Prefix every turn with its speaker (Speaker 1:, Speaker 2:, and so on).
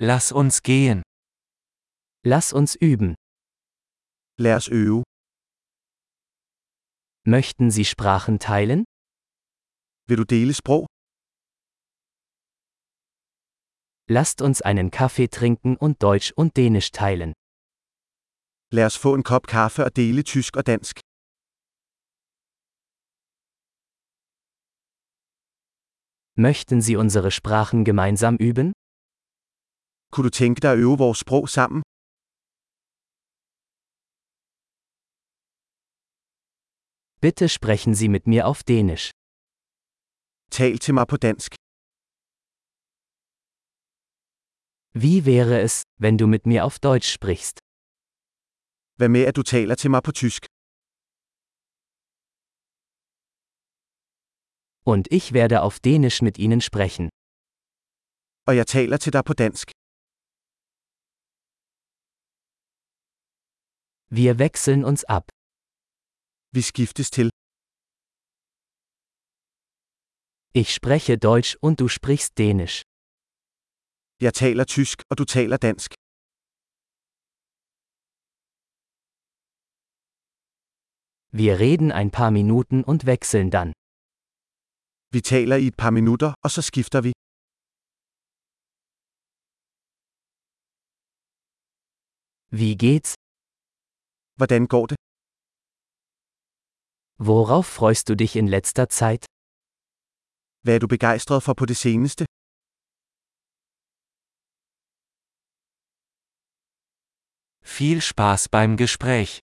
Speaker 1: Lass uns gehen.
Speaker 2: Lass uns üben.
Speaker 3: Lad os øve.
Speaker 2: Möchten Sie Sprachen teilen?
Speaker 3: Vil du dele sprog?
Speaker 2: Lasst uns einen Kaffee trinken und Deutsch und Dänisch teilen.
Speaker 3: Lad os få en kop kaffe og dele tysk og dansk.
Speaker 2: Möchten Sie unsere Sprachen gemeinsam üben?
Speaker 3: Kunne du tænke dig at øve vores sprog sammen?
Speaker 2: Bitte sprechen Sie mit mir auf Dänisch.
Speaker 3: Tal til mig på dansk.
Speaker 2: Wie wäre es, wenn du mit mir auf Deutsch sprichst?
Speaker 3: Hvad med at du taler til mig på tysk?
Speaker 2: Und ich werde auf Dänisch mit Ihnen sprechen.
Speaker 3: Og jeg taler til dig på dansk.
Speaker 2: Wir wechseln uns ab.
Speaker 3: Vi skiftes til.
Speaker 2: Ich spreche Deutsch und du sprichst Dänisch.
Speaker 3: Jeg taler tysk, og du taler dansk.
Speaker 2: Wir reden ein paar Minuten und wechseln dann.
Speaker 3: Vi taler i et par minutter, og så skifter vi.
Speaker 2: Wie geht's?
Speaker 3: Hvordan går det?
Speaker 2: Worauf freust du dich in letzter Zeit?
Speaker 3: Hvad er du begejstret for på det seneste?
Speaker 1: Viel Spaß beim Gespräch.